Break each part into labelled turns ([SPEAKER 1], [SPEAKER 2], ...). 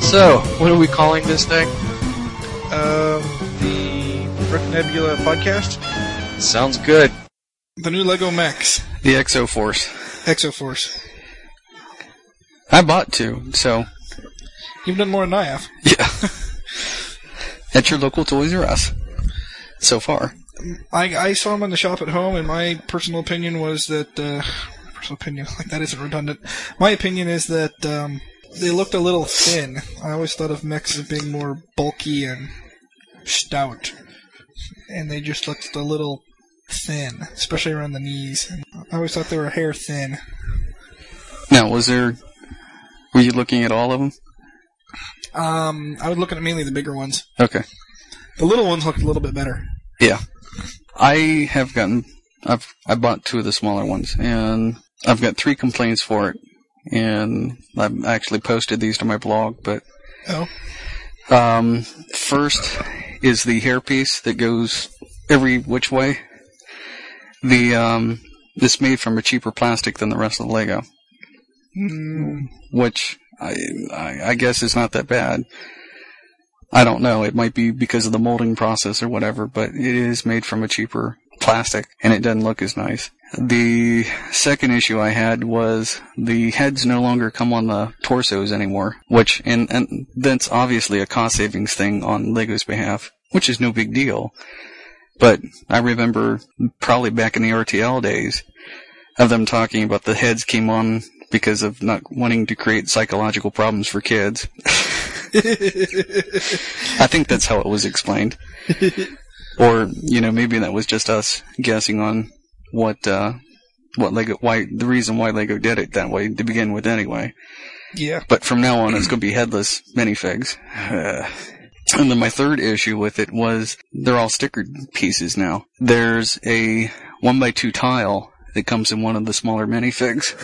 [SPEAKER 1] So, what are we calling this thing?
[SPEAKER 2] Um, the Brook Nebula podcast,
[SPEAKER 1] Sounds good.
[SPEAKER 2] the new Lego Max
[SPEAKER 3] The Exo Force.
[SPEAKER 2] Exoforce.
[SPEAKER 3] I bought two, so
[SPEAKER 2] You've done more than I have.
[SPEAKER 3] yeah. At your local Toys R Us. So far,
[SPEAKER 2] I, I saw them in the shop at home, and my personal opinion was that uh, personal opinion like that isn't redundant. My opinion is that um, they looked a little thin. I always thought of mechs as being more bulky and stout, and they just looked a little thin, especially around the knees. I always thought they were hair thin.
[SPEAKER 3] now was there? Were you looking at all of them?
[SPEAKER 2] Um, I was looking at mainly the bigger ones.
[SPEAKER 3] Okay.
[SPEAKER 2] The little ones looked a little bit better.
[SPEAKER 3] Yeah. I have gotten I've I bought two of the smaller ones and I've got three complaints for it. And I've actually posted these to my blog, but
[SPEAKER 2] Oh,
[SPEAKER 3] um first is the hairpiece that goes every which way. The um it's made from a cheaper plastic than the rest of the Lego,
[SPEAKER 2] mm,
[SPEAKER 3] which I I, I guess is not that bad. I don't know. It might be because of the molding process or whatever, but it is made from a cheaper plastic and it doesn't look as nice. The second issue I had was the heads no longer come on the torsos anymore, which, and, and that's obviously a cost savings thing on Lego's behalf, which is no big deal. But I remember probably back in the RTL days of them talking about the heads came on because of not wanting to create psychological problems for kids. Mm-hmm. I think that's how it was explained. or you know, maybe that was just us guessing on what uh, what Lego why the reason why Lego did it that way to begin with, anyway.
[SPEAKER 2] yeah.
[SPEAKER 3] But from now on, it's going to be headless minifigs. Uh, and then my third issue with it was they're all stickered pieces now. There's a one by two tile that comes in one of the smaller minifigs,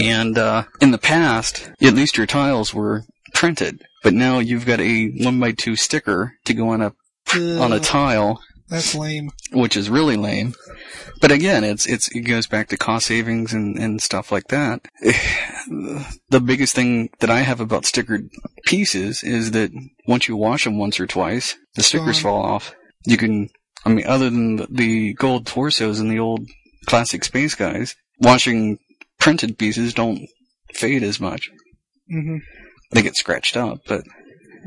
[SPEAKER 3] and uh, in the past, at least your tiles were printed, but now you've got a one by two sticker to go on a on a
[SPEAKER 2] Ugh,
[SPEAKER 3] tile
[SPEAKER 2] that's lame.
[SPEAKER 3] which is really lame. But again, it's it's it goes back to cost savings and and stuff like that. The biggest thing that I have about stickered pieces is that once you wash them once or twice, the stickers
[SPEAKER 2] Gone.
[SPEAKER 3] fall off. You can, I mean, other than the- the gold torsos and the old classic space guys, washing printed pieces don't fade as much.
[SPEAKER 2] hmm
[SPEAKER 3] They get scratched up, but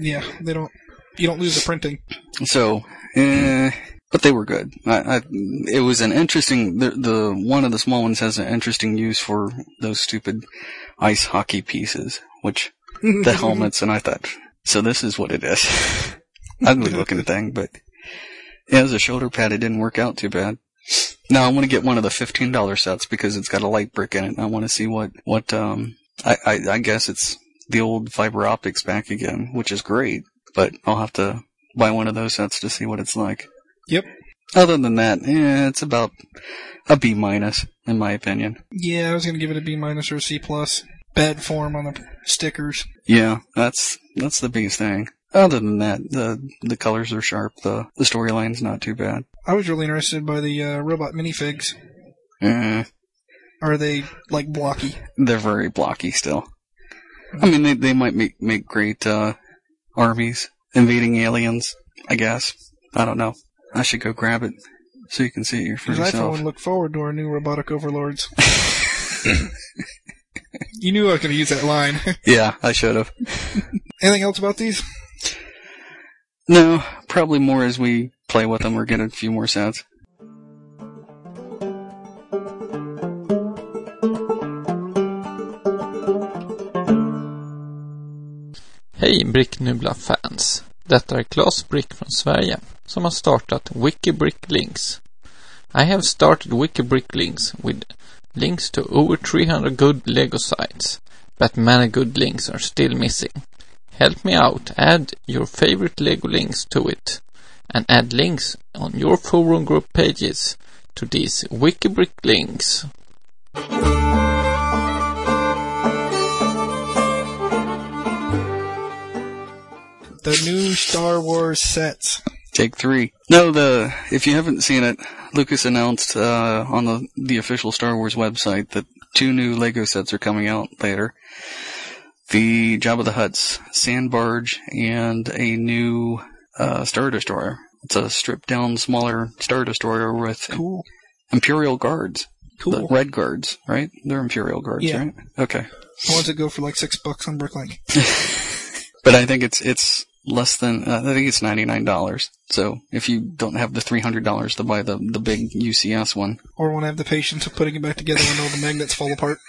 [SPEAKER 2] Yeah, they don't. You don't lose the printing.
[SPEAKER 3] So, eh, but they were good. I, I, it was an interesting. The, the one of the small ones has an interesting use for those stupid ice hockey pieces, which the helmets. And I thought, so this is what it is. Ugly looking thing, but yeah, as a shoulder pad, it didn't work out too bad. Now I want to get one of the fifteen dollar sets because it's got a light brick in it. And I want to see what what um I, I I guess it's the old fiber optics back again, which is great. But I'll have to buy one of those sets to see what it's like.
[SPEAKER 2] Yep.
[SPEAKER 3] Other than that, eh, it's about a B minus in my opinion.
[SPEAKER 2] Yeah, I was gonna give it a B minus or a C plus. Bad form on the stickers.
[SPEAKER 3] Yeah, that's that's the biggest thing. Other than that, the the colors are sharp. the The storyline's not too bad.
[SPEAKER 2] I was really interested by the uh, robot minifigs.
[SPEAKER 3] Eh,
[SPEAKER 2] Are they like blocky?
[SPEAKER 3] they're very blocky still. I mean, they they might make make great uh, armies invading aliens. I guess I don't know. I should go grab it so you can see it here for
[SPEAKER 2] Because I for
[SPEAKER 3] yourself.
[SPEAKER 2] one look forward to our new robotic overlords. you knew I was gonna use that line.
[SPEAKER 3] Yeah, I should have.
[SPEAKER 2] Anything else about these?
[SPEAKER 3] No, probably more as we play with them or get a few more sets.
[SPEAKER 4] Hej Bricknubla-fans! Detta är Claes Brick från Sverige som har startat WikiBrickLinks. I have started WikiBrickLinks with links to over 300 good Lego sites, but many good links are still missing. Help me out, add your favorite Lego links to it, and add links on your forum group pages to these WikiBrick links.
[SPEAKER 2] The new Star Wars sets.
[SPEAKER 3] Take three. No, the if you haven't seen it, Lucas announced uh, on the the official Star Wars website that two new Lego sets are coming out later. the Jabba the Hutt's sand barge, and a new uh, Star Destroyer. It's a stripped down, smaller Star Destroyer with
[SPEAKER 2] Cool.
[SPEAKER 3] Imperial Guards. The
[SPEAKER 2] Cool.
[SPEAKER 3] Red Guards, right? They're Imperial Guards,
[SPEAKER 2] Yeah.
[SPEAKER 3] right? Okay.
[SPEAKER 2] The ones that go for like six bucks on Bricklink.
[SPEAKER 3] But I think it's it's less than uh, I think it's ninety nine dollars. So if you don't have the three hundred dollars to buy the the big UCS one
[SPEAKER 2] Or when I have the patience of putting it back together when all the magnets fall apart.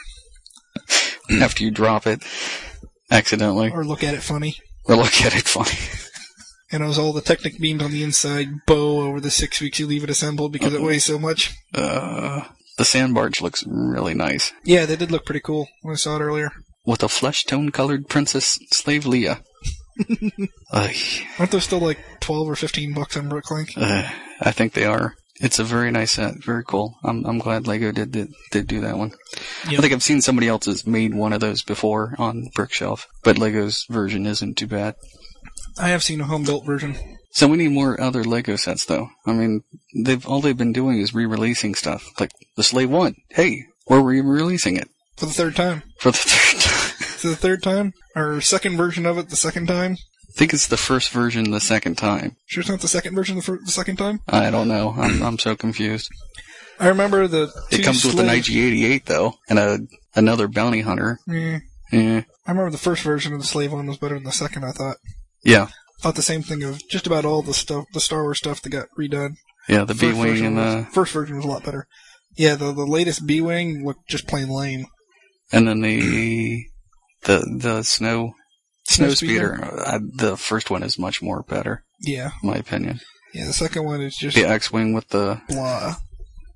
[SPEAKER 3] after you drop it accidentally
[SPEAKER 2] Or look at it funny.
[SPEAKER 3] or look at it funny,
[SPEAKER 2] And it was all the Technic beams on the inside bow over the six weeks you leave it assembled because it weighs so much.
[SPEAKER 3] uh, the sand barge looks really nice
[SPEAKER 2] Yeah, they did look pretty cool when I saw it earlier.
[SPEAKER 3] with a flesh tone colored princess slave Leia. Ay,
[SPEAKER 2] Aren't those still like 12 or 15 bucks on Bricklink?
[SPEAKER 3] uh, I think they are. It's a very nice set, very cool. I'm I'm glad Lego did did, did do that one. I think I've seen somebody else has made one of those before on Brickshelf, but Lego's version isn't too bad.
[SPEAKER 2] I have seen a home built version.
[SPEAKER 3] So we need more other Lego sets, though. I mean, they've all they've been doing is re-releasing stuff. Like the Slave One. Hey, we're re-releasing it
[SPEAKER 2] For the third time.
[SPEAKER 3] for the third time.
[SPEAKER 2] For the third time? Or second version of it the second time?
[SPEAKER 3] I think it's the first version the second time.
[SPEAKER 2] Sure, it's not the second version the, fir- the second time?
[SPEAKER 3] I don't know. I'm I'm so confused.
[SPEAKER 2] I remember the.
[SPEAKER 3] It
[SPEAKER 2] two
[SPEAKER 3] comes with an
[SPEAKER 2] slaves-
[SPEAKER 3] IG88 though, and a another bounty hunter.
[SPEAKER 2] Yeah.
[SPEAKER 3] Yeah,
[SPEAKER 2] I remember the first version of the slave one was better than the second. I thought
[SPEAKER 3] yeah,
[SPEAKER 2] thought the same thing of just about all the stuff, the Star Wars stuff that got redone.
[SPEAKER 3] yeah. The B
[SPEAKER 2] First
[SPEAKER 3] wing
[SPEAKER 2] version
[SPEAKER 3] and
[SPEAKER 2] was-
[SPEAKER 3] the
[SPEAKER 2] first version was a lot better. Yeah, the the latest B wing looked just plain lame.
[SPEAKER 3] and then the the the snow snow speeder. I, the first one is much more better,
[SPEAKER 2] Yeah,
[SPEAKER 3] in my opinion.
[SPEAKER 2] yeah. The second one is just
[SPEAKER 3] The X wing with the
[SPEAKER 2] blah.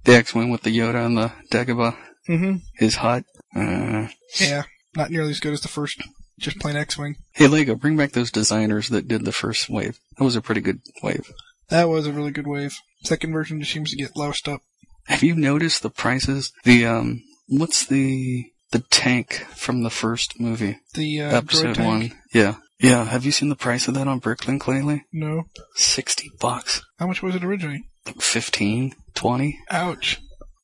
[SPEAKER 3] the X wing with the Yoda and the Dagobah
[SPEAKER 2] hmm
[SPEAKER 3] is hot. Uh,
[SPEAKER 2] Yeah, not nearly as good as the first. Just plain X wing.
[SPEAKER 3] hey Lego, bring back those designers that did the first wave. That was a pretty good wave.
[SPEAKER 2] That was a really good wave. Second version just seems to get loused up.
[SPEAKER 3] Have you noticed the prices? The um, what's the the tank from the first movie?
[SPEAKER 2] The uh, droid
[SPEAKER 3] episode
[SPEAKER 2] tank,
[SPEAKER 3] one. Yeah. Yeah. Have you seen the price of that on Bricklink lately?
[SPEAKER 2] No,
[SPEAKER 3] 60 bucks.
[SPEAKER 2] how much was it originally?
[SPEAKER 3] 15, 20,
[SPEAKER 2] Ouch.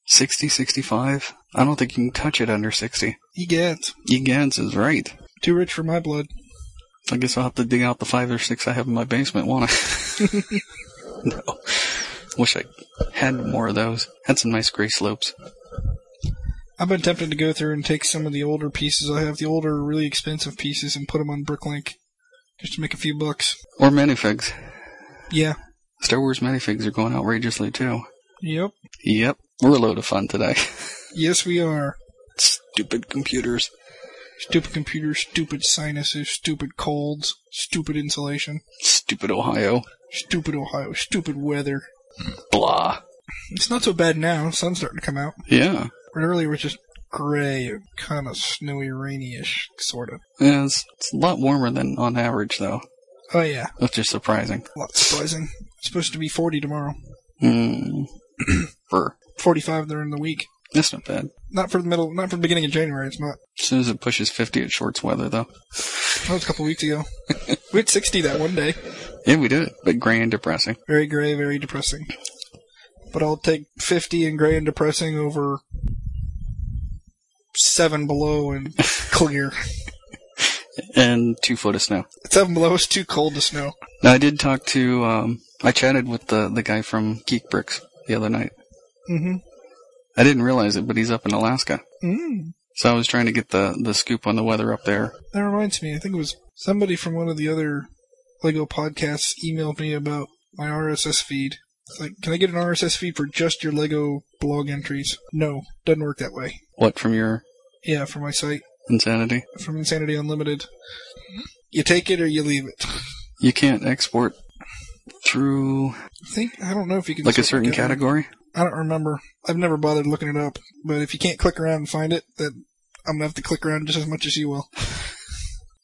[SPEAKER 3] 60, 65. I don't think you can touch it under 60.
[SPEAKER 2] Egads.
[SPEAKER 3] Egads is right.
[SPEAKER 2] Too rich for my blood.
[SPEAKER 3] I guess I'll have to dig out the five or six I have in my basement, won't I? no. Wish I had more of those. Had some nice gray slopes.
[SPEAKER 2] I've been tempted to go through and take some of the older pieces. I have the older, really expensive pieces and put them on Bricklink just to make a few bucks.
[SPEAKER 3] Or minifigs.
[SPEAKER 2] Yeah.
[SPEAKER 3] Star Wars minifigs are going outrageously too.
[SPEAKER 2] Yep.
[SPEAKER 3] Yep. We're a load of fun today.
[SPEAKER 2] Yes, we are.
[SPEAKER 3] Stupid computers.
[SPEAKER 2] Stupid computers, stupid sinuses, stupid colds, stupid insulation,
[SPEAKER 3] Stupid Ohio.
[SPEAKER 2] stupid Ohio, stupid weather.
[SPEAKER 3] Blah.
[SPEAKER 2] It's not so bad now. Sun's starting to come out.
[SPEAKER 3] Yeah.
[SPEAKER 2] But earlier it was just gray, kind of snowy, rainy-ish, sort of.
[SPEAKER 3] Yeah, it's, it's a lot warmer than on average, though,
[SPEAKER 2] Oh, yeah.
[SPEAKER 3] which is surprising.
[SPEAKER 2] A lot surprising. It's supposed to be 40 tomorrow.
[SPEAKER 3] Mm. Brr.
[SPEAKER 2] 45 during the week.
[SPEAKER 3] That's not bad.
[SPEAKER 2] Not for the middle, not for the beginning of January. It's not.
[SPEAKER 3] As soon as it pushes 50, it shorts weather, though.
[SPEAKER 2] That was a couple weeks ago. we had 60 that one day.
[SPEAKER 3] Yeah, we did, but gray and depressing.
[SPEAKER 2] Very gray, very depressing. But I'll take 50 and gray and depressing over 7 below and clear.
[SPEAKER 3] And two foot of snow.
[SPEAKER 2] 7 below is too cold to snow.
[SPEAKER 3] Now, I did talk to, um, I chatted with the, the guy from Geek Bricks the other night.
[SPEAKER 2] Mm-hmm.
[SPEAKER 3] I didn't realize it, but he's up in Alaska.
[SPEAKER 2] Mm.
[SPEAKER 3] So I was trying to get the, the scoop on the weather up there.
[SPEAKER 2] That reminds me, I think it was somebody from one of the other LEGO podcasts emailed me about my RSS feed. It's like, can I get an RSS feed for just your LEGO blog entries? No, doesn't work that way.
[SPEAKER 3] What, from your
[SPEAKER 2] Yeah, for my site.
[SPEAKER 3] insanity?
[SPEAKER 2] from Insanity Unlimited. You take it or you leave it. I
[SPEAKER 3] You can't export through,
[SPEAKER 2] think I don't know if you can
[SPEAKER 3] like, a
[SPEAKER 2] sort
[SPEAKER 3] certain
[SPEAKER 2] it together.
[SPEAKER 3] category?
[SPEAKER 2] I don't remember. I've never bothered looking it up. But if you can't click around and find it, then I'm gonna have to click around just as much as you will.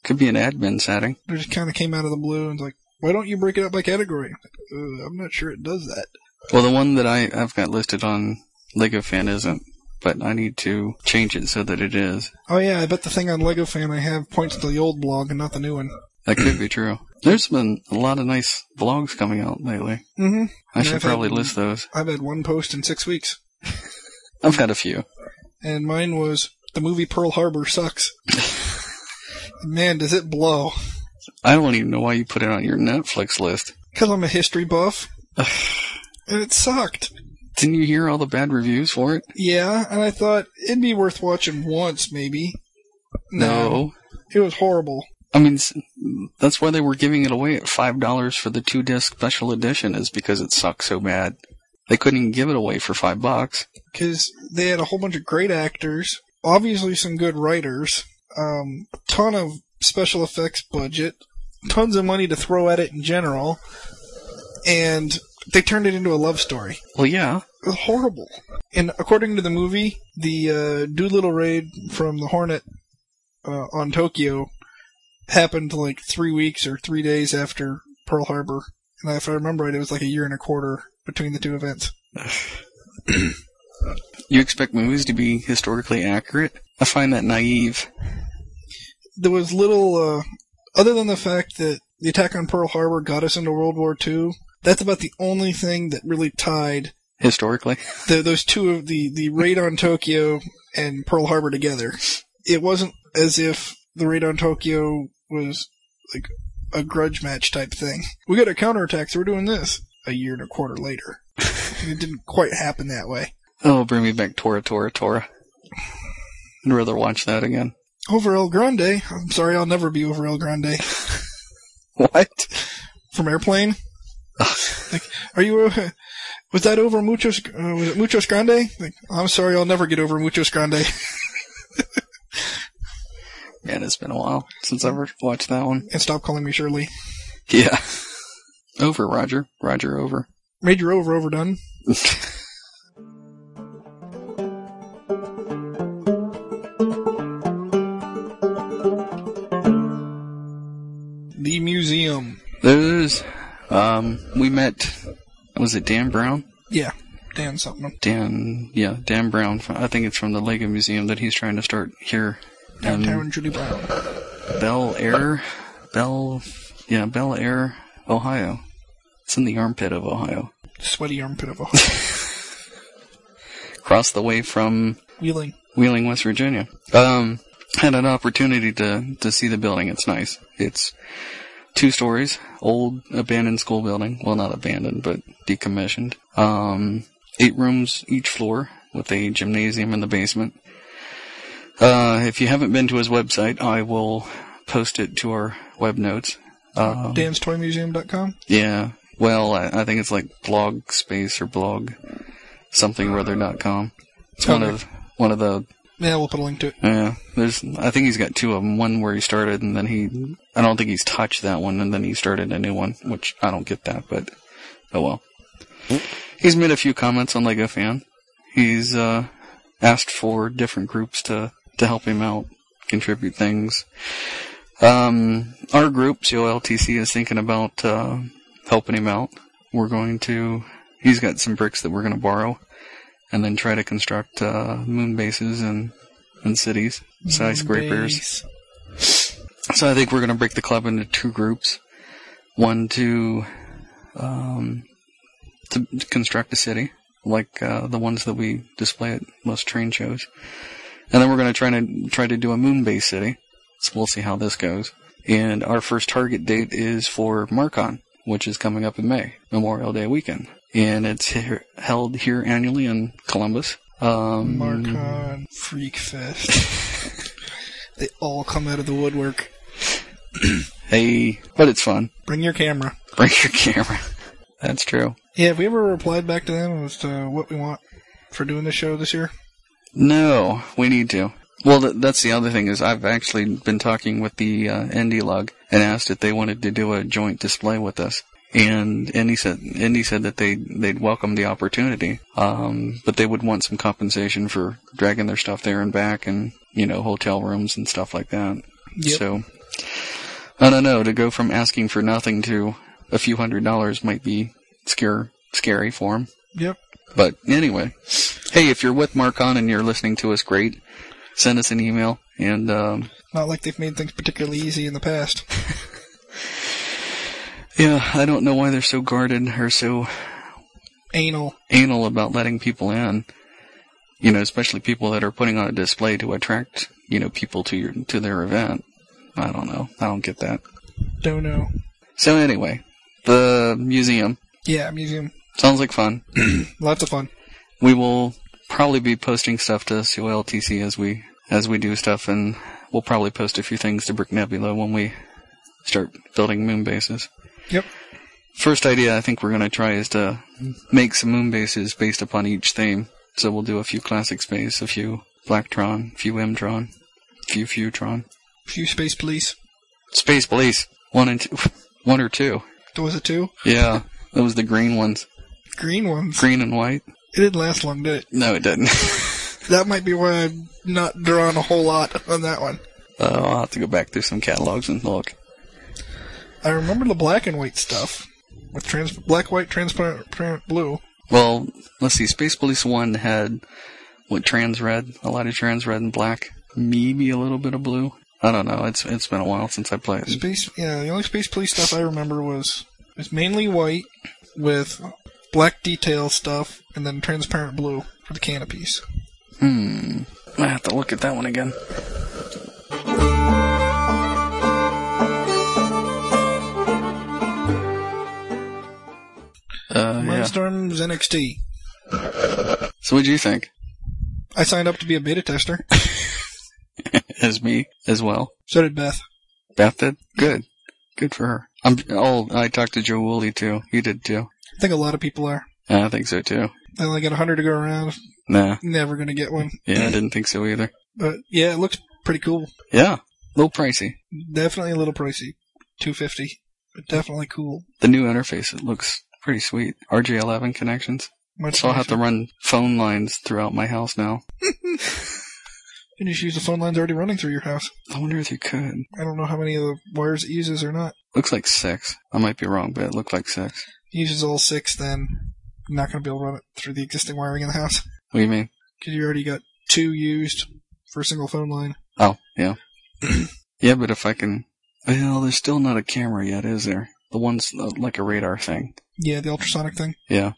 [SPEAKER 3] Could be an admin setting.
[SPEAKER 2] It just kind of came out of the blue and it's like, why don't you break it up by category? Uh, I'm not sure it does that.
[SPEAKER 3] Well, the one that I, I've got listed on Lego Fan isn't, but I need to change it so that it is.
[SPEAKER 2] Oh yeah, I bet the thing on Lego Fan I have points to the old blog and not the new one.
[SPEAKER 3] That could be true. There's been a lot of nice vlogs coming out lately.
[SPEAKER 2] Mm-hmm.
[SPEAKER 3] I
[SPEAKER 2] Yeah,
[SPEAKER 3] should
[SPEAKER 2] I've had-
[SPEAKER 3] probably list those.
[SPEAKER 2] I've had one post in six weeks,
[SPEAKER 3] I've had a few.
[SPEAKER 2] and mine was the movie Pearl Harbor sucks. man, does it blow.
[SPEAKER 3] I don't even know why you put it on your Netflix list.
[SPEAKER 2] Because I'm a history buff. and it sucked.
[SPEAKER 3] Didn't you hear all the bad reviews for it?
[SPEAKER 2] Yeah, and I thought it'd be worth watching once, maybe. It was horrible.
[SPEAKER 3] I mean, s- that's why they were giving it away at $5 for the two disc special edition, is because it sucked so bad. They couldn't even give it away for five bucks.
[SPEAKER 2] because they had a whole bunch of great actors, obviously some good writers, um, ton of special effects budget, tons of money to throw at it in general, and they turned it into a love story.
[SPEAKER 3] Well, yeah.
[SPEAKER 2] It was horrible. And according to the movie, the uh, Doolittle raid from the Hornet uh, on Tokyo happened like three weeks or three days after Pearl Harbor. And if I remember right, it was like a year and a quarter between the two events.
[SPEAKER 3] You expect movies to be historically accurate? I find that naive.
[SPEAKER 2] there was little uh, other than the fact that the attack on Pearl Harbor got us into World War II. That's about the only thing that really tied
[SPEAKER 3] Historically?
[SPEAKER 2] the, those two of the the raid on Tokyo and Pearl Harbor together. It wasn't as if the raid on Tokyo was like a grudge match type thing. We got a counterattack, so we're doing this a year and a quarter later. And it didn't quite happen that way.
[SPEAKER 3] Oh, bring me back Tora, Tora, Tora. I'd rather watch that again.
[SPEAKER 2] Over El Grande. I'm sorry, I'll never be over El Grande.
[SPEAKER 3] What?
[SPEAKER 2] from Airplane. like, are you? Uh, was that over Muchos? Uh, was it Muchos Grande? Like, I'm sorry, I'll never get over Muchos Grande.
[SPEAKER 3] Man, it's been a while since I've watched that one.
[SPEAKER 2] and stop calling me Shirley.
[SPEAKER 3] Yeah. Over, Roger. Roger, over.
[SPEAKER 2] Major over overdone. The museum.
[SPEAKER 3] There's, um, we met, was it Dan Brown?
[SPEAKER 2] Yeah, Dan something.
[SPEAKER 3] Dan, yeah, Dan Brown. fr- I think it's from the Lego Museum that he's trying to start here. in
[SPEAKER 2] Downtown Judy Brown.
[SPEAKER 3] Bel Air, Bel, yeah, Bel Air, Ohio. It's in the armpit of Ohio,
[SPEAKER 2] Sweaty armpit of a
[SPEAKER 3] across the way from
[SPEAKER 2] wheeling.
[SPEAKER 3] Wheeling, West Virginia. Um, had an opportunity to to see the building. It's nice. It's two stories, old abandoned school building. Well, not abandoned, but decommissioned. Um, eight rooms each floor with a gymnasium in the basement. Uh, if you haven't been to his website, I will post it to our web notes. Um,
[SPEAKER 2] Dan'sToyMuseum.com.
[SPEAKER 3] yeah. Well, I, I think it's like blog space or blog something or other dot com. It's one
[SPEAKER 2] Okay.
[SPEAKER 3] of one of the
[SPEAKER 2] Yeah, we'll put a link to it.
[SPEAKER 3] yeah, there's. I think he's got two of them. One where he started, and then he. I don't think he's touched that one, and then he started a new one, which I don't get that, but oh well. He's made a few comments on Lego Fan. He's uh, asked for different groups to to help him out, contribute things. Um, our group, COLTC, is thinking about uh, helping him out. We're going to. He's got some bricks that we're going to borrow, and then try to construct uh, moon bases and and cities, skyscrapers.
[SPEAKER 2] Base.
[SPEAKER 3] So I think we're going to break the club into two groups. One to, um, to to construct a city, like uh, the ones that we display at most train shows, and then we're going to try to try to do a moon-based city. So we'll see how this goes. And our first target date is for Marcon, which is coming up in May, Memorial Day weekend, and it's here, held here annually in Columbus. Um,
[SPEAKER 2] Mm. Marcon Freak Fest. they all come out of the woodwork.
[SPEAKER 3] hey, but it's fun.
[SPEAKER 2] Bring your camera.
[SPEAKER 3] Bring your camera. That's true.
[SPEAKER 2] Yeah, have we ever replied back to them as to what we want for doing the show this year?
[SPEAKER 3] No, we need to. Well, th- that's the other thing is I've actually been talking with the uh, Indy Lug and asked if they wanted to do a joint display with us. And Indy said Indy said that they they'd welcome the opportunity, um, but they would want some compensation for dragging their stuff there and back, and you know hotel rooms and stuff like that.
[SPEAKER 2] Yep.
[SPEAKER 3] So I don't know to go from asking for nothing to a few hundred dollars might be scare scary for them.
[SPEAKER 2] Yep.
[SPEAKER 3] But anyway, hey, if you're with Marcon and you're listening to us, great. Send us an email, and um,
[SPEAKER 2] Not like they've made things particularly easy in the past.
[SPEAKER 3] yeah, I don't know why they're so guarded or so
[SPEAKER 2] Anal.
[SPEAKER 3] anal about letting people in. You know, especially people that are putting on a display to attract you know people to your to their event. I don't know. I don't get that.
[SPEAKER 2] Don't know.
[SPEAKER 3] So anyway, the museum
[SPEAKER 2] Yeah, museum.
[SPEAKER 3] sounds like fun.
[SPEAKER 2] Lots of fun.
[SPEAKER 3] We will probably be posting stuff to COLTC as we as we do stuff, and we'll probably post a few things to Brick Nebula when we start building moon bases.
[SPEAKER 2] Yep.
[SPEAKER 3] First idea I think we're going to try is to make some moon bases based upon each theme. So we'll do a few classic space, a few Blacktron, a few Mtron, a few Futron,
[SPEAKER 2] Few space police.
[SPEAKER 3] Space Police one and two, one or two.
[SPEAKER 2] There was it two?
[SPEAKER 3] Yeah, those the green ones,
[SPEAKER 2] Green ones.
[SPEAKER 3] green and white.
[SPEAKER 2] It didn't last long, did it?
[SPEAKER 3] No, it didn't.
[SPEAKER 2] That might be why I'm not drawing a whole lot on that one.
[SPEAKER 3] Uh, I'll have to go back through some catalogs and look.
[SPEAKER 2] I remember the black and white stuff with trans black, white, transparent, transparent blue.
[SPEAKER 3] Well, let's see. Space Police One had what trans red, a lot of trans red and black, maybe a little bit of blue. I don't know. It's it's been a while since I played.
[SPEAKER 2] Space. Yeah, the only space police stuff I remember was was mainly white with black detail stuff and then transparent blue for the canopies.
[SPEAKER 3] Hmm. I have to look at that one again. Uh, yeah.
[SPEAKER 2] Mindstorms NXT.
[SPEAKER 3] So, what'd you think?
[SPEAKER 2] I signed up to be a beta tester.
[SPEAKER 3] As me, as well.
[SPEAKER 2] So did Beth.
[SPEAKER 3] Beth did good. Good for her. I'm. Oh, I talked to Joe Woolley too. He did too.
[SPEAKER 2] I think a lot of people are.
[SPEAKER 3] I think so too.
[SPEAKER 2] I only got 100 to go around.
[SPEAKER 3] Nah.
[SPEAKER 2] Never going to get one.
[SPEAKER 3] Yeah, I didn't think so either.
[SPEAKER 2] But yeah, it looks pretty cool.
[SPEAKER 3] Yeah, a little pricey.
[SPEAKER 2] Definitely a little pricey. 250. But definitely cool.
[SPEAKER 3] The new interface it looks pretty sweet. RJ11 connections.
[SPEAKER 2] Much
[SPEAKER 3] So I'll have to run phone lines throughout my house now.
[SPEAKER 2] And you just use the phone lines already running through your house.
[SPEAKER 3] I wonder if you could.
[SPEAKER 2] I don't know how many of the wires it uses or not.
[SPEAKER 3] Looks like six. I might be wrong, but it looked like six.
[SPEAKER 2] It uses all six, then you're not going to be able to run it through the existing wiring in the house.
[SPEAKER 3] What do you mean?
[SPEAKER 2] Because you already got two used for a single phone line.
[SPEAKER 3] Oh, yeah. yeah, but if I can. Well, there's still not a camera yet, is there? The one's uh, like a radar thing.
[SPEAKER 2] Yeah, the ultrasonic thing.
[SPEAKER 3] Yeah,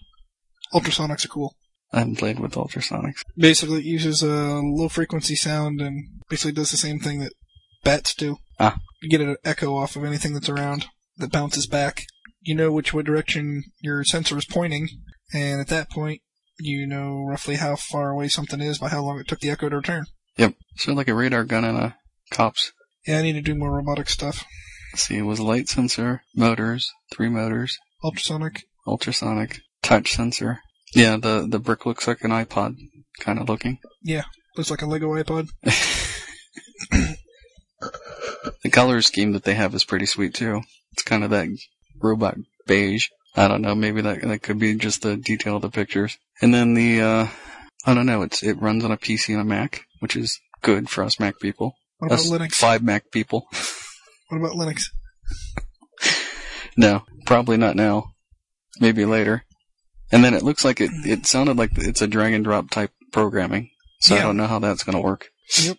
[SPEAKER 2] Ultrasonics are cool.
[SPEAKER 3] I haven't played with ultrasonics.
[SPEAKER 2] Basically, it uses a low frequency sound and basically does the same thing that bats do.
[SPEAKER 3] Ah.
[SPEAKER 2] You get an echo off of anything that's around that bounces back. You know which way direction your sensor is pointing, and at that point, you know roughly how far away something is by how long it took the echo to return.
[SPEAKER 3] Yep. So like a radar gun and a cops.
[SPEAKER 2] Yeah, I need to do more robotic stuff.
[SPEAKER 3] Let's see, it was light sensor, motors, three motors,
[SPEAKER 2] Ultrasonic.
[SPEAKER 3] ultrasonic touch sensor. Yeah, the the brick looks like an iPod kind of looking.
[SPEAKER 2] Looks like a Lego iPod.
[SPEAKER 3] The color scheme that they have is pretty sweet too. It's kind of that robot beige. I don't know, maybe that that could be just the detail of the pictures. And then the uh I don't know, it's it runs on a PC and a Mac, which is good for us Mac people.
[SPEAKER 2] What about
[SPEAKER 3] Us
[SPEAKER 2] Linux?
[SPEAKER 3] Five Mac people.
[SPEAKER 2] What about Linux?
[SPEAKER 3] No, probably not now. Maybe later. And then it looks like it, it sounded like it's a drag and drop type programming. So I
[SPEAKER 2] Yeah.
[SPEAKER 3] don't know how that's going to work.
[SPEAKER 2] As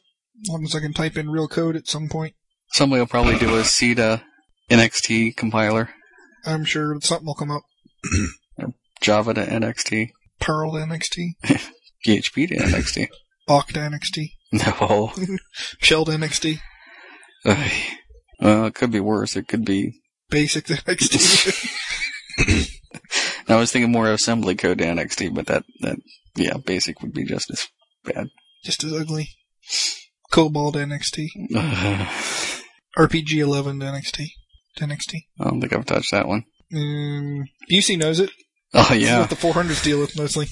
[SPEAKER 2] long as I can type in real code at some point,
[SPEAKER 3] Somebody will probably do a CETA NXT compiler,
[SPEAKER 2] I'm sure something will come up.
[SPEAKER 3] Java to NXT,
[SPEAKER 2] Perl NXT,
[SPEAKER 3] PHP to NXT.
[SPEAKER 2] Okta NXT,
[SPEAKER 3] No.
[SPEAKER 2] Shelled NXT,
[SPEAKER 3] Ugh. well, it could be worse. It could be.
[SPEAKER 2] Basic NXT.
[SPEAKER 3] I was thinking more assembly code to NXT, but that, that, yeah, basic would be just as bad.
[SPEAKER 2] just as ugly. Cobalt NXT,
[SPEAKER 3] Ugh.
[SPEAKER 2] RPG 11 NXT, NXT.
[SPEAKER 3] I don't think I've touched that one.
[SPEAKER 2] Um, Busey knows it.
[SPEAKER 3] Oh,
[SPEAKER 2] This is
[SPEAKER 3] yeah.
[SPEAKER 2] what the 400s deal with mostly.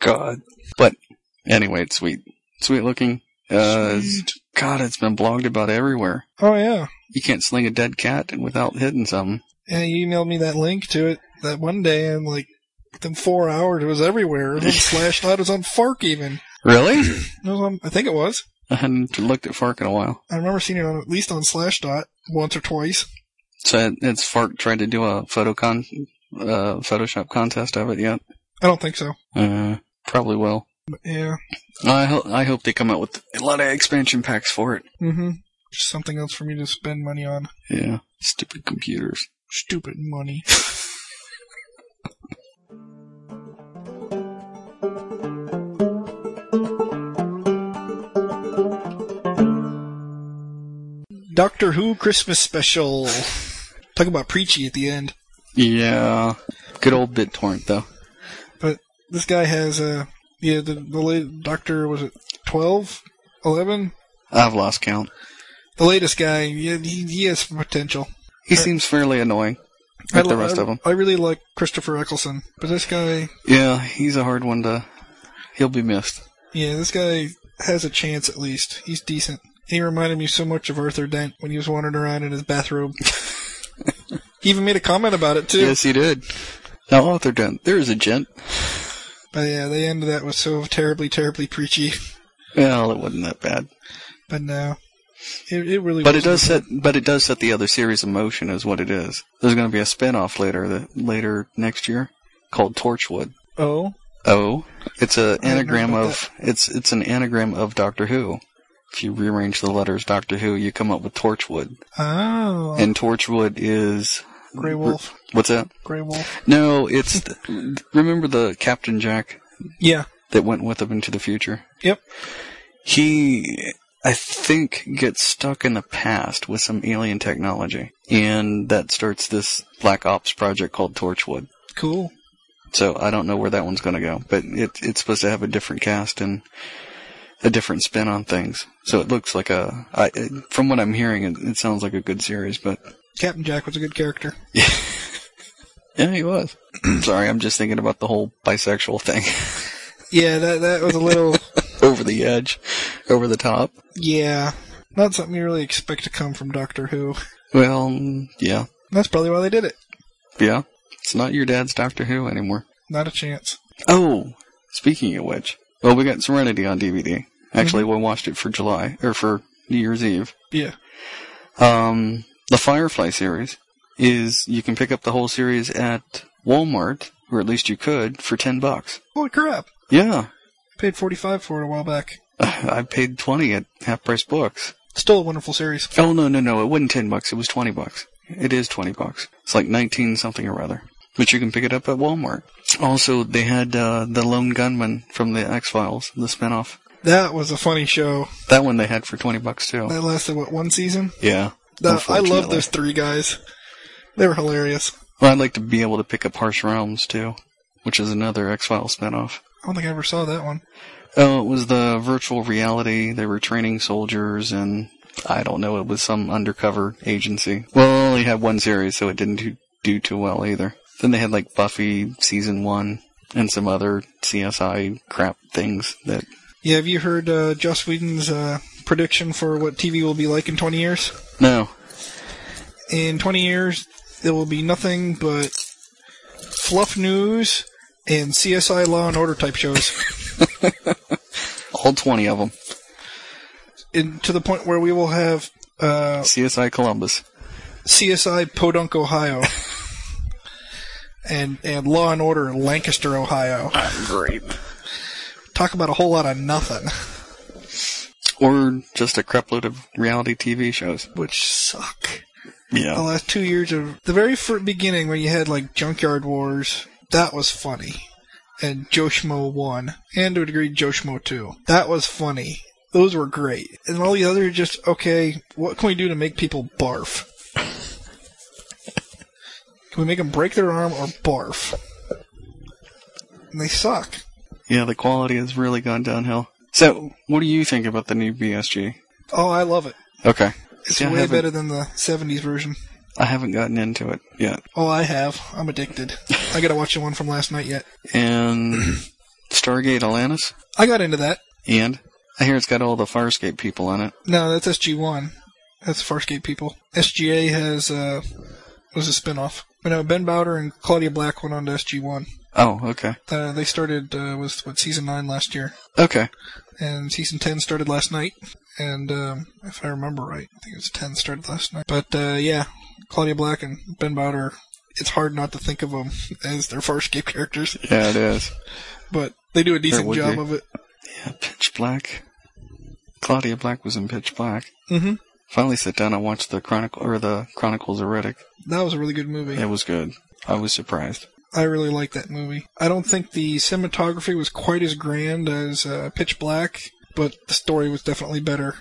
[SPEAKER 3] God. But anyway, it's sweet. Sweet looking. Uh, it's-
[SPEAKER 2] Sweet.
[SPEAKER 3] God, it's been blogged about everywhere.
[SPEAKER 2] Oh yeah,
[SPEAKER 3] You can't sling a dead cat without hitting something.
[SPEAKER 2] and you emailed me that link to it that one day, and like within four hours, it was everywhere. It was on Slashdot, it was on Fark even.
[SPEAKER 3] Really?
[SPEAKER 2] It was on, I think it was.
[SPEAKER 3] I hadn't looked at Fark in a while.
[SPEAKER 2] I remember seeing it on at least on Slashdot once or twice.
[SPEAKER 3] So it- it's Fark tried to do a photo con, uh, Photoshop contest of it yet.
[SPEAKER 2] I don't think so.
[SPEAKER 3] Uh, probably will.
[SPEAKER 2] But yeah.
[SPEAKER 3] I hope I hope they come out with a lot of expansion packs for it.
[SPEAKER 2] Mm-hmm. Just something else for me to spend money on.
[SPEAKER 3] Yeah, stupid computers.
[SPEAKER 2] Stupid money. Doctor Who Christmas special. Talk about preachy at the end.
[SPEAKER 3] Yeah. Good old BitTorrent, though.
[SPEAKER 2] This guy has uh, yeah, the the late Doctor was it 12, 11?
[SPEAKER 3] I've lost count.
[SPEAKER 2] The latest guy, yeah, he, he has potential.
[SPEAKER 3] He
[SPEAKER 2] Right.
[SPEAKER 3] seems fairly annoying. Like the
[SPEAKER 2] li-
[SPEAKER 3] rest of 'em.
[SPEAKER 2] I really like Christopher Eccleston, but this guy,
[SPEAKER 3] Yeah, he's a hard one to. He'll be missed.
[SPEAKER 2] yeah, this guy has a chance at least. He's decent. He reminded me so much of Arthur Dent when he was wandering around in his bathrobe. he even made a comment about it too.
[SPEAKER 3] Yes, he did. Now, Arthur Dent, there is a gent.
[SPEAKER 2] But yeah, the end of that was so terribly, terribly preachy.
[SPEAKER 3] Well, it wasn't that bad,
[SPEAKER 2] But no, it, it really.
[SPEAKER 3] but it
[SPEAKER 2] wasn't.
[SPEAKER 3] does set. But it does set the other series in motion, is what it is. There's going to be a spinoff later, that later next year, called Torchwood.
[SPEAKER 2] Oh,
[SPEAKER 3] Oh, it's a
[SPEAKER 2] know
[SPEAKER 3] anagram
[SPEAKER 2] about
[SPEAKER 3] of it's it's an anagram of Doctor Who. If you rearrange the letters Doctor Who, you come up with Torchwood,
[SPEAKER 2] oh,
[SPEAKER 3] and Torchwood is
[SPEAKER 2] Grey Wolf,
[SPEAKER 3] what's that?
[SPEAKER 2] Grey Wolf.
[SPEAKER 3] No, it's the, remember the Captain Jack
[SPEAKER 2] Yeah,
[SPEAKER 3] that went with him into the future.
[SPEAKER 2] Yep.
[SPEAKER 3] He, I think, gets stuck in the past with some alien technology, and that starts this Black Ops project called Torchwood.
[SPEAKER 2] cool.
[SPEAKER 3] So I don't know where that one's going to go, but it, it's supposed to have a different cast and a different spin on things. So it looks like a, I, it- from what I'm hearing, it, it sounds like a good series, but
[SPEAKER 2] Captain Jack was a good character.
[SPEAKER 3] yeah, he was. Sorry, I'm just thinking about the whole bisexual thing.
[SPEAKER 2] Yeah, that that was a little.
[SPEAKER 3] over the edge, over the top.
[SPEAKER 2] yeah, not something you really expect to come from Doctor Who.
[SPEAKER 3] Well, yeah.
[SPEAKER 2] That's probably why they did it.
[SPEAKER 3] Yeah. It's not your dad's Doctor Who anymore.
[SPEAKER 2] Not a chance.
[SPEAKER 3] Oh, speaking of which, well, we got Serenity on DVD. Actually, we watched it for July, or for New Year's Eve.
[SPEAKER 2] Yeah.
[SPEAKER 3] Um, the Firefly series is, you can pick up the whole series at Walmart, or at least you could, for 10 bucks.
[SPEAKER 2] Holy crap!
[SPEAKER 3] Yeah.
[SPEAKER 2] Paid forty five for it a while back.
[SPEAKER 3] I paid 20 at half price books.
[SPEAKER 2] Still a wonderful series.
[SPEAKER 3] Oh, no, no, no. It wasn't 10 bucks. It was 20 bucks. It is 20 bucks. It's like 19 something or other. But you can pick it up at Walmart. Also, they had uh, The Lone Gunman from the X Files, the spinoff.
[SPEAKER 2] That was a funny show.
[SPEAKER 3] That one they had for 20 bucks too.
[SPEAKER 2] That lasted what one season?
[SPEAKER 3] yeah.
[SPEAKER 2] That, I love
[SPEAKER 3] unfortunately.
[SPEAKER 2] those three guys. They were hilarious.
[SPEAKER 3] Well, I'd like to be able to pick up Harsh Realms too, which is another X Files spinoff.
[SPEAKER 2] I don't think I ever saw that one.
[SPEAKER 3] Oh, it was the virtual reality. They were training soldiers and I don't know, it was some undercover agency. Well, it only had one series, so it didn't do, do too well either. Then they had like Buffy season one and some other CSI crap things that,
[SPEAKER 2] Yeah, have you heard uh, Joss Whedon's uh, prediction for what TV will be like in 20 years?
[SPEAKER 3] no,
[SPEAKER 2] In 20 years, there will be nothing but fluff news and CSI Law and Order type shows,
[SPEAKER 3] all 20 of them.
[SPEAKER 2] and to the point where we will have uh,
[SPEAKER 3] CSI Columbus.
[SPEAKER 2] CSI Podunk, Ohio, and and Law and Order Lancaster, Ohio.
[SPEAKER 3] Great.
[SPEAKER 2] Talk about a whole lot of nothing,
[SPEAKER 3] Or just a crapload of reality TV shows.
[SPEAKER 2] which suck.
[SPEAKER 3] Yeah.
[SPEAKER 2] the last two years of the very first beginning when you had like Junkyard Wars, that was funny. And Joe Schmo 1, and to a degree Joe Schmo 2. That was funny. Those were great. And all the others are just, okay, what can we do to make people barf? can we make them break their arm or barf? And they suck.
[SPEAKER 3] Yeah, the quality has really gone downhill. So, what do you think about the new BSG?
[SPEAKER 2] Oh, I love it.
[SPEAKER 3] Okay.
[SPEAKER 2] It's
[SPEAKER 3] See, I
[SPEAKER 2] way
[SPEAKER 3] haven't-
[SPEAKER 2] better than the 70s version.
[SPEAKER 3] I haven't gotten into it yet.
[SPEAKER 2] Oh, I have. I'm addicted. I gotta watch the one from last night yet.
[SPEAKER 3] And Stargate Atlantis?
[SPEAKER 2] I got into that.
[SPEAKER 3] And? I hear it's got all the Farscape people on it.
[SPEAKER 2] No, that's SG1. That's Farscape people. SGA has uh was a spinoff. But no, Ben Bowder and Claudia Black went on to SG1.
[SPEAKER 3] Oh, okay.
[SPEAKER 2] Uh, they started uh, was what season nine last year,
[SPEAKER 3] Okay.
[SPEAKER 2] and season ten started last night. And um, if I remember right, I think it was ten started last night. But uh, yeah, Claudia Black and Ben Bowder. It's hard not to think of them as their Farscape characters,
[SPEAKER 3] Yeah, it is.
[SPEAKER 2] but they do a decent
[SPEAKER 3] would
[SPEAKER 2] job
[SPEAKER 3] be.
[SPEAKER 2] of it.
[SPEAKER 3] Yeah, Pitch Black. Claudia Black was in Pitch Black.
[SPEAKER 2] hmm
[SPEAKER 3] Finally sat down and watched the Chronicle or the Chronicles of Riddick.
[SPEAKER 2] That was a really good movie.
[SPEAKER 3] It was good. I was surprised.
[SPEAKER 2] I really like that movie. I don't think the cinematography was quite as grand as uh, Pitch Black, but the story was definitely better,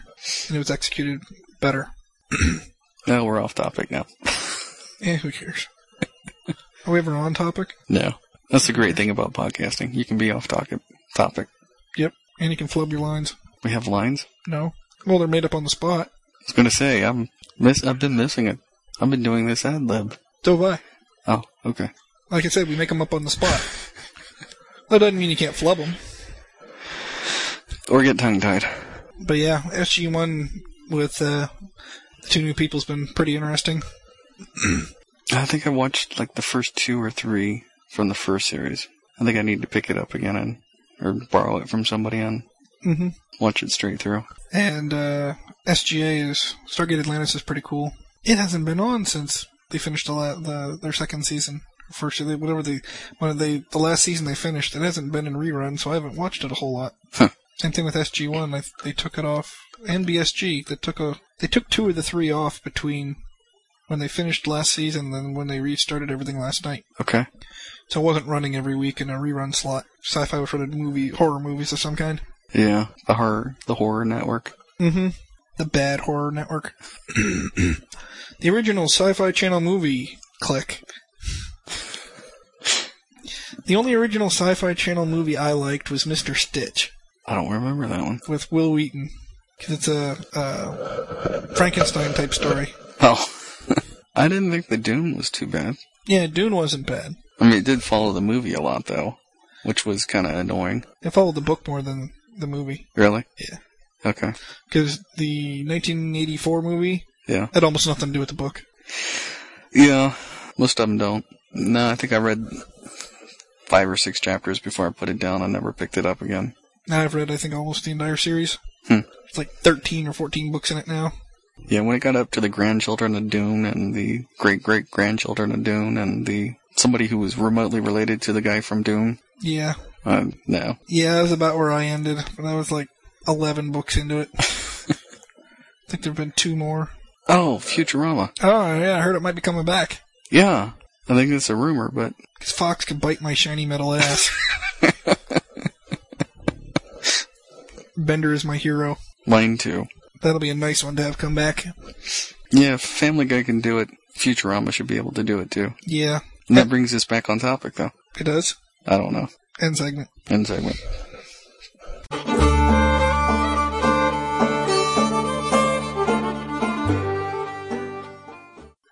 [SPEAKER 2] and it was executed better.
[SPEAKER 3] No, we're off topic now.
[SPEAKER 2] Eh, who cares? Are we ever on topic?
[SPEAKER 3] No. That's the great thing about podcasting. You can be off topic. topic.
[SPEAKER 2] Yep. And you can flub your lines.
[SPEAKER 3] We have lines.
[SPEAKER 2] No. Well, they're made up on the spot.
[SPEAKER 3] I was going to say, I'm miss, I've been missing it. I've been doing this ad lib.
[SPEAKER 2] So why?
[SPEAKER 3] Oh, okay.
[SPEAKER 2] Like I said, we make them up on the spot. that doesn't mean you can't flub them.
[SPEAKER 3] Or get tongue tied.
[SPEAKER 2] But yeah, SG1 with uh, two new people's been pretty interesting.
[SPEAKER 3] I think I watched like the first two or three from the first series. I think I need to pick it up again and or borrow it from somebody and
[SPEAKER 2] hmm
[SPEAKER 3] watch it straight through.
[SPEAKER 2] And uh, SGA is Stargate Atlantis is pretty cool. It hasn't been on since they finished the, la- the their second season. First, they, whatever they when they the last season they finished, it hasn't been in rerun, so I haven't watched it a whole lot.
[SPEAKER 3] Huh.
[SPEAKER 2] Same thing with SG One. I, they took it off. NBSG that took a they took two of the three off between when they finished last season and then when they restarted everything last night.
[SPEAKER 3] Okay.
[SPEAKER 2] So it wasn't running every week in a rerun slot. Sci-fi was running movie horror movies of some kind.
[SPEAKER 3] Yeah. The horror the horror network.
[SPEAKER 2] Mm-hmm. The Bad Horror Network. the original Sci-Fi Channel movie. Click. The only original Sci-Fi Channel movie I liked was Mr. Stitch
[SPEAKER 3] I don't remember that one.
[SPEAKER 2] with Will Wheaton because it's a, uh Frankenstein type story.
[SPEAKER 3] Oh. I didn't think the Doom was too bad.
[SPEAKER 2] Yeah, Dune wasn't bad.
[SPEAKER 3] I mean it did follow the movie a lot though, which was kinda annoying.
[SPEAKER 2] It followed the book more than the movie
[SPEAKER 3] Really?
[SPEAKER 2] Yeah.
[SPEAKER 3] Okay.
[SPEAKER 2] because the 1984 movie
[SPEAKER 3] Yeah.
[SPEAKER 2] had almost nothing to do with the book.
[SPEAKER 3] Yeah, most of them don't. No, I think I read five or six chapters before I put it down. I never picked it up again.
[SPEAKER 2] Now I've read I think almost the entire series.
[SPEAKER 3] Hmm.
[SPEAKER 2] It's like 13 or 14 books in it now.
[SPEAKER 3] Yeah, when it got up to the grandchildren of Dune and the great great grandchildren of Dune and the somebody who was remotely related to the guy from Dune,
[SPEAKER 2] Yeah.
[SPEAKER 3] uh, no,
[SPEAKER 2] Yeah, that was about where I ended, but I was like 11 books into it. I think there have been two more.
[SPEAKER 3] oh Futurama.
[SPEAKER 2] Oh, yeah, I heard it might be coming back.
[SPEAKER 3] Yeah, I think it's a rumor, but
[SPEAKER 2] Because Fox could bite my shiny metal ass. Bender is my hero.
[SPEAKER 3] mine too.
[SPEAKER 2] That'll be a nice one to have come back.
[SPEAKER 3] Yeah, if Family Guy can do it. Futurama should be able to do it too.
[SPEAKER 2] Yeah,
[SPEAKER 3] And that brings us back on topic, though.
[SPEAKER 2] it does.
[SPEAKER 3] I don't know.
[SPEAKER 2] End segment.
[SPEAKER 3] End segment.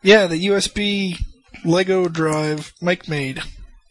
[SPEAKER 2] Yeah, the USB Lego drive Mike made.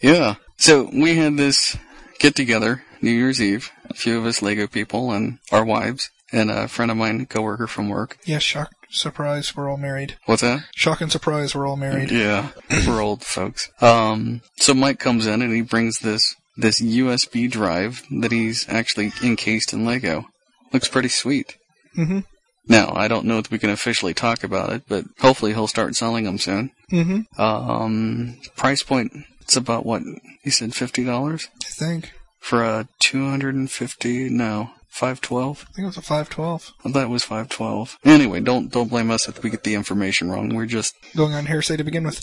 [SPEAKER 3] Yeah. So we had this get together New Year's Eve, a few of us Lego people and our wives, and a friend of mine, coworker from work.
[SPEAKER 2] Yeah, shock, surprise, we're all married.
[SPEAKER 3] What's that?
[SPEAKER 2] Shock and surprise, we're all married.
[SPEAKER 3] Yeah. We're old folks. Um so Mike comes in and he brings this this USB drive that he's actually encased in Lego. Looks pretty sweet.
[SPEAKER 2] Mm-hmm.
[SPEAKER 3] Now, I don't know if we can officially talk about it, but hopefully he'll start selling them soon.
[SPEAKER 2] Mm-hmm.
[SPEAKER 3] Um, price point, it's about what? He said $50?
[SPEAKER 2] I think.
[SPEAKER 3] for a 250 no 512
[SPEAKER 2] I think it was a 512.
[SPEAKER 3] I thought it was 512 anyway don't don't blame us if we get the information wrong we're just
[SPEAKER 2] Going on hearsay to begin with.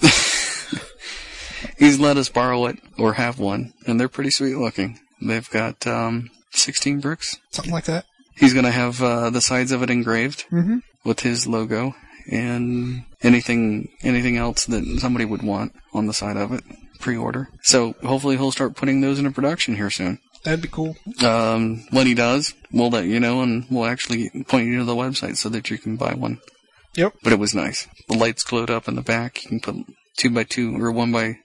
[SPEAKER 3] he's let us borrow it or have one and they're pretty sweet looking they've got um 16 bricks
[SPEAKER 2] something like that.
[SPEAKER 3] he's gonna have uh, the sides of it engraved
[SPEAKER 2] Mhm.
[SPEAKER 3] with his logo and anything anything else that somebody would want on the side of it pre-order so hopefully he'll start putting those into production here soon
[SPEAKER 2] That'd be cool.
[SPEAKER 3] um, when he does, we'll let you know, and we'll actually point you to the website so that you can buy one.
[SPEAKER 2] Yep.
[SPEAKER 3] But it was nice. The lights glowed up in the back. You can put two by two or one by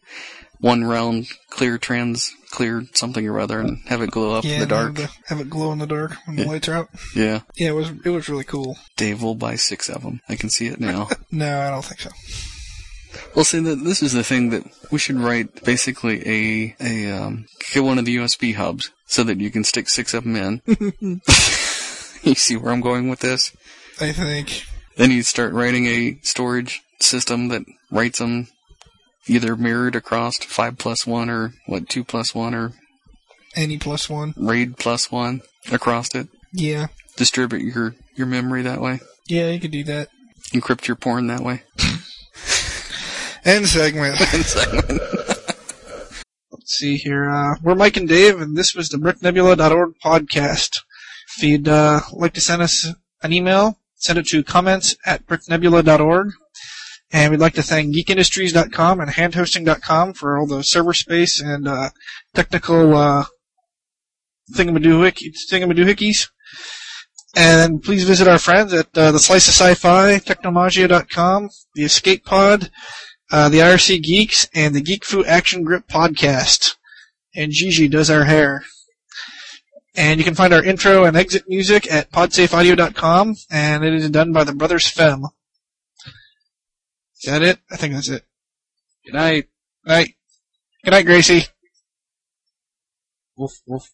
[SPEAKER 3] one round clear trans clear something or other, and have it glow up
[SPEAKER 2] yeah,
[SPEAKER 3] in the
[SPEAKER 2] and
[SPEAKER 3] dark.
[SPEAKER 2] have the- Have it glow in the dark when the lights are out.
[SPEAKER 3] Yeah,
[SPEAKER 2] Yeah, it was it was really cool.
[SPEAKER 3] Dave will buy six of them. I can see it now.
[SPEAKER 2] No, I don't think so.
[SPEAKER 3] Well, see, that this is the thing that we should write basically a a um, get one of the USB hubs so that you can stick six of them in. you see where I'm going with this?
[SPEAKER 2] I think
[SPEAKER 3] Then you start writing a storage system that writes them either mirrored across to 5 plus 1 or what 2 plus 1 or
[SPEAKER 2] any E plus one.
[SPEAKER 3] RAID plus 1 across it.
[SPEAKER 2] Yeah,
[SPEAKER 3] Distribute your, your memory that way.
[SPEAKER 2] yeah, you could do that.
[SPEAKER 3] Encrypt your porn that way.
[SPEAKER 2] End segment.
[SPEAKER 5] let's see here. Uh, we're Mike and Dave, and this was the BrickNebula.org podcast. If you'd uh, like to send us an email,
[SPEAKER 2] Send it to comments at bricknebula.org. And we'd like to thank geekindustries.com and handhosting.com for all the server space and uh, technical uh, thingamadohick- thingamadoohickeys. And please visit our friends at uh, the Slice of Sci-Fi, Technomagia.com, the Escape Pod, uh, the IRC Geeks, and the Geek Fu Action Grip Podcast. And Gigi does our hair. And you can find our intro and exit music at podsafeaudio.com, and it is done by the Brothers Fem. Is that it? I think that's it.
[SPEAKER 4] Good night.
[SPEAKER 2] Good night. Good night, Gracie.
[SPEAKER 4] Woof, woof.